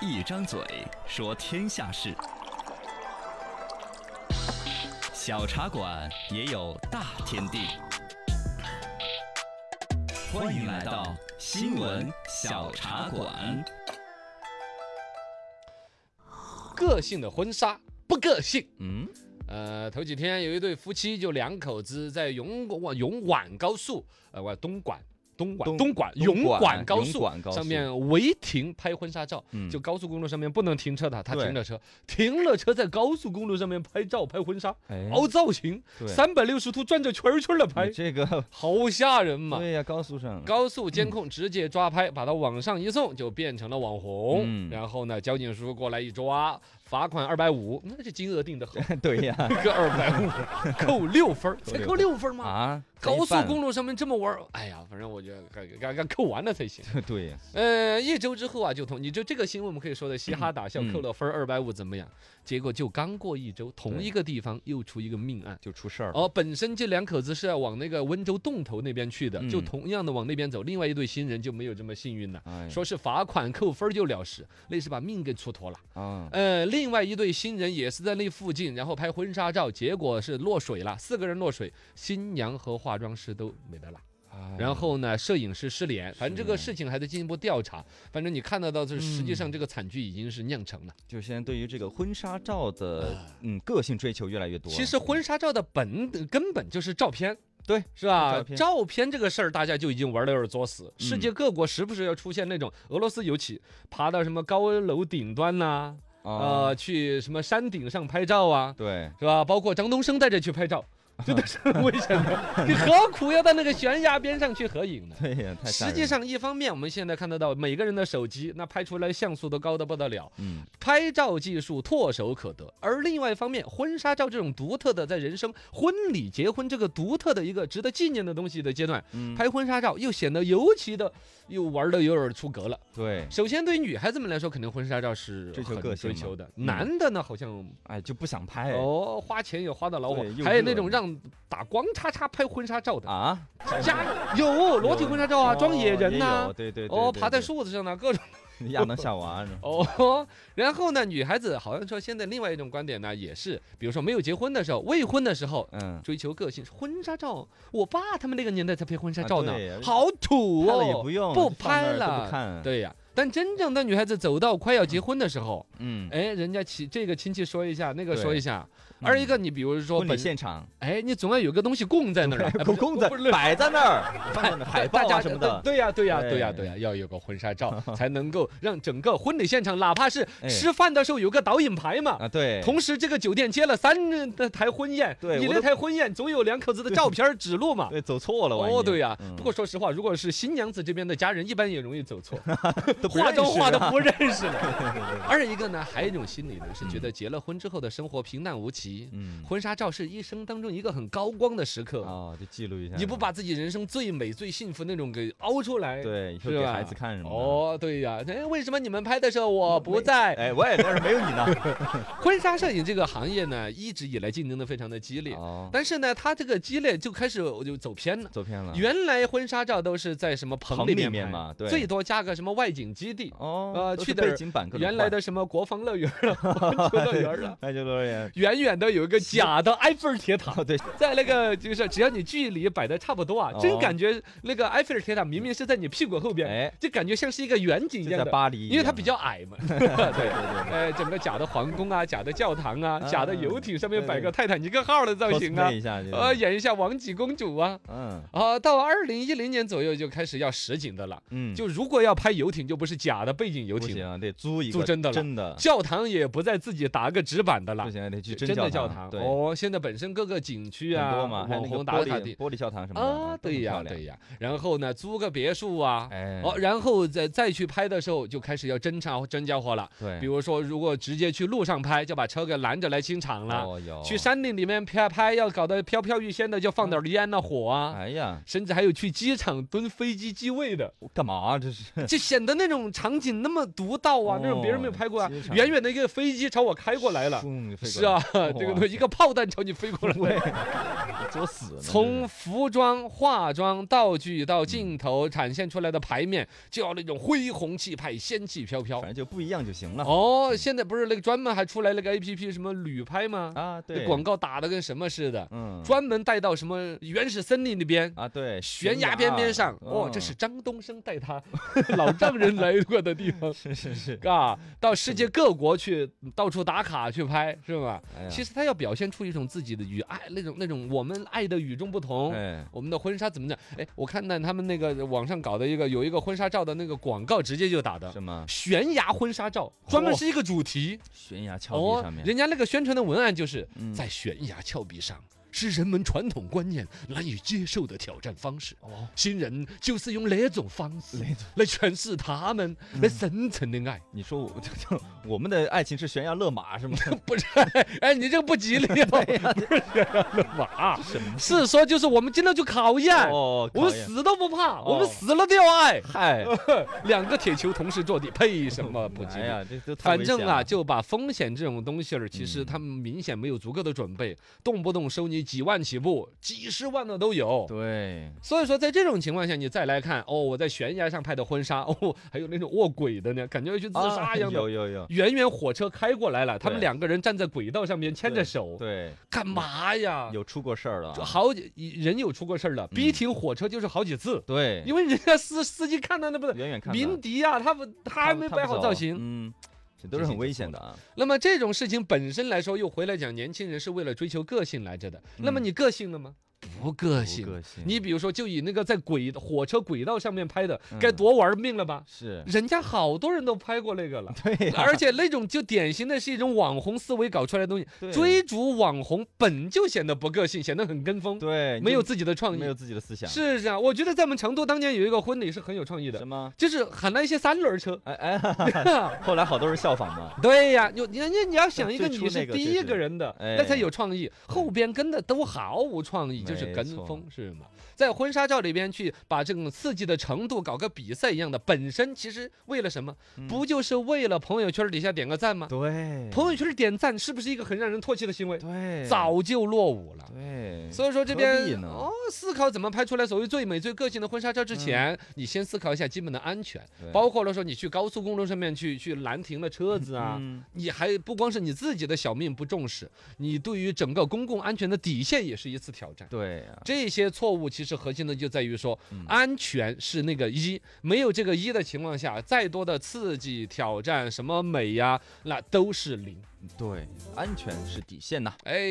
一张嘴说天下事，小茶馆也有大天地。欢迎来到新闻小茶馆。个性的婚纱不个性。嗯，呃，头几天有一对夫妻，就两口子在永广永皖高速，呃，不东莞。东莞东东莞东永莞莞高永速莞高上速面违停拍婚纱照，嗯就高速公路上面不能停车的，他对停了车，停了车在高速公路上面拍照拍婚纱，哎凹造型，对三百六十度转着圈儿圈的你哎拍，嗯这个，好吓人嘛！对呀，高速 上，高速监控直接抓拍，把他往上一送，就变成了网红。嗯然后呢，交警叔叔过来一抓，罚款二百五，那这金额定的好，对呀，个二百五，扣六分儿，才扣六分吗？啊，高速公路，路上面这么玩儿，哎呀，反正我觉得该该该扣完了才行。对呀，呃，一周之后啊，就同你就这个新闻，我们可以说的嘻哈打笑，扣了分二百五怎么样？结果就刚过一周，同一个地方又出一个命案。就出事儿了，哦，本身这两口子是要往那个温州洞头那边去的，嗯就同样的往那边走。另外一对新人就没有这么幸运了，哎说是罚款扣分儿就了事，那是把命给出脱了。啊，呃，另外一对新人也是在那附近，然后拍婚纱照，结果是落水了，四个人落水，新娘和化妆师都没得了。哎然后呢，摄影师失联，反正这个联事情还在进一步调查。反正你看得到，就是实际上啊嗯这个惨剧已经是酿成了。就现在对于这个婚纱照啊的，嗯，个性追求越来越多了，其实婚纱照的本根本就是照片。对，是吧？照片嗯这个事儿，大家就已经玩的有点作死。世界各国时不时要出现那种，俄罗斯尤其爬到什么高楼顶端呐、啊，呃，去什么山顶上拍照啊，对，是吧？包括张东升带着去 拍照，真的是很危险的。你何苦要到那个悬崖边上去合影呢？对呀，太吓实际人了，上，一方面我们现在看得到每个人的手机，那拍出来像素都高的不得了，嗯，拍照技术唾手可得；而另外一方面，婚纱照这种独特的在人生、婚礼、结婚这个独特的一个值得纪念的东西的阶段，嗯拍婚纱照又显得尤其的又玩的有点出格了。对，首先，对于女孩子们来说，肯定婚纱照是追求很个性追嘛求的；嗯男的呢，好像哎，就不想拍哦，花钱也花的恼火对，又还热有那种了让打光叉叉拍婚纱照的，啊，哦家有裸体婚纱照啊，装野人呐、哦也有对对，对哦，对爬在对树子上呢，各种 亚当夏娃呢， 哦。然后呢，女孩子好像说现在另外一种观点呢，也是，比如说没有结婚的时候，未婚的时候。嗯，追求个性，婚纱照，我爸他们那个年代才拍婚纱照呢啊对，好土拍了也哦，不用，不就放那拍儿都了，不看，，对呀、但真正的女孩子走到快要结婚的时候，嗯，哎，人家亲这个亲戚说一下，那个对说一下，嗯而一个你比如说婚礼本现场，哎，你总要有个东西供在那儿啊，哎不公公是在不是摆在那 儿，放在那儿海报大啊家呃什么的，哎对对呀，对呀，对对呀，对呀，要有个婚 纱照，才能够让整个婚礼现场，哪怕是哎吃饭的时候有个导引牌嘛。啊，对，同时，这个酒店接了三呃台婚宴，对你我那都台婚宴总有两口子的照片儿指路嘛。 对走错了，万一哦，对呀、嗯不过说实话，如果是新娘子这边的家人，一般也容易走错，都 不化认妆识化的啊不认 识了。二一个呢，还有一种心理呢，是觉得结了婚之后的生活平淡无奇， 嗯，婚纱照是一生当中一个很高光的时刻。哦，就记录一下，你不把自己人生最美、最幸福那种给凹出来，对，以后是给吧孩子看什么的，哦，对呀、哎，为什么你们拍的时候我不在？哎，我也但是没有 你呢，婚纱摄影这个行业呢，一直以来竞争的非常的激烈，哦，但是呢，它这个激烈就开始就走偏了。走偏了，原来婚纱照都是在什么棚啊棚里里面面拍嘛对最多加个什么外景基地，哦，呃都是去点背儿景板各种原来换。的什么国防乐园了、环球乐园了 那就乐园，远远的有一个假的埃菲尔铁塔，哦对，在那个就是只要你距离摆的差不多啊，哦真感觉那个埃菲尔铁塔明明是在你屁股后边，哎，就感觉像是一个远景一就样在的。巴黎一样，因为它比较矮 嘛，对，呃，整个假的皇宫啊，假的教堂啊，啊假的游艇上面对摆对个泰坦尼克号的造型啊 cosplay，一下就，呃，演一下王子公主啊，嗯啊，到二零一零年左右就开始要实景的了，嗯，就如果要拍游艇，就不是假的背景游不艇行了，啊，得租一租个真的了真的，教堂也不再自己打个纸板的了不。行啊得去真的教堂，堂对，哦，现在本身各个景区很多啊，嘛，还有网那个红打玻卡璃地玻璃教堂什么的啊，对呀，，都很漂亮对呀，然后呢，租个别墅啊，哎，哦，然后再再去拍的时候，就开始要侦查真家伙了。对，比如说，如果直接去路上拍，就把车给拦着来清场了；哦有啊去，山林里面拍拍，要搞得飘飘欲仙的，就放点烟呐、火啊。哎呀，甚至还有去机场蹲飞机机位的， 我干嘛啊这是？就显得那种场景那么独到啊，那种别人没有拍过啊哦街。上远远的一个飞机朝我开过来了，嗯飞过 是啊来，这个东西一个炮弹朝你飞 过来。喂，作死 呢，从服装、化妆、道具到镜头展现出来的牌面，就要那种恢宏气派、仙气飘这飘反。正就不一样就行了。哦，现在不是那个专门还出来那个 A P P 什么旅拍吗？啊，那对，广告打的跟什么似的，嗯，专门带到什么原始森林里边。啊，对，，悬崖边边上，哦，这是张东升带他 老丈人来过的地 方是是是，啊，到世界各国去到处打卡去拍，是吧？哎呀其实他要表现出一种自己的与爱那种那种我们爱的与众不同，哎，我们的婚纱怎么讲？哎，我看到他们那个网上搞的一个有一个婚纱照的那个广告，直接就打的什么悬崖婚纱照，专门嚯是一个主题悬崖峭壁上面，哦人家那个宣传的文案就是嗯在悬崖峭壁上。是人们传统观念难以接受的挑战方式，哦新人就是用那种方式哪种嗯来诠释他们那深层的爱。你说我 就就我们的爱情是悬崖勒马 是吗？不是，哎，你这个不吉利 哦， 不是干嘛？啊什么？是说就是我们今天就考验，哦，我们考验死都不怕，我们哦死了都要爱。 嗨，两个铁球同时坐地，配什么不吉哎利？呀，这都太反危正险啊，了，就把风险这种东西儿，其实嗯他们明显没有足够的准备，动不动收你几万起步，几十万的都有。对，所以说，在这种情况下，你再来看哦，我在悬崖上拍的婚纱，哦，还有那种卧轨的呢，感觉要去自杀啊一样的。有有有，远远火车开过来了，他们对两个人站在轨道上面牵着对手，对，干嘛呀？有出过事儿了这啊，好几人有出过事儿了，逼嗯停火车就是好几次，对，因为人家司司机看到那不是远远看鸣的笛啊，他不他还不没不摆好走造型。嗯，这都是很危险的啊，那么这种事情本身来说，又回来讲，年轻人是为了追求个性来着的。那么嗯你个性了吗？不个不性。个性你比如说，就以那个在轨火车轨道上面拍的，该嗯多玩命了吧？是。人家好多人都拍过那个了 对呀而且那种就典型的是一种网红思维搞出来的东西，对追逐网红本就显得不个性，显得很跟风，对没有就自己的创没意有。自己的思想是这样，我觉得在我们成都当年有一个婚礼是很有创意的什，么？。就是喊了一些三轮车哎哎， 后来好多人效仿 嘛，对呀，你人家你要想一个最你初那是个第确一实个人的，哎那才有创意。后边跟的都毫无创意，就是没跟错风，是吗？在婚纱照里边去把这种刺激的程度搞个比赛一样的，本身其实为了什么？嗯不就是为了朋友圈底下点个赞吗？对，朋友圈点赞是不是一个很让人唾弃的行为？对早就落伍了。对，所以说这何必边呢嗯哦，思考怎么拍出来所谓最美最个性的婚纱照之前，你先思考一下基本的安全，对包括了说你去高速公路上面去去拦停了车子啊，嗯你还不光是你自己的小命不重视，你对于整个公共安全的底线也是一次挑战。对啊，这些错误其实核心的就在于说嗯，安全是那个一，没有这个一的情况下，再多的刺激、挑战、什么美呀，那都是零。对，安全是底线呐。哎。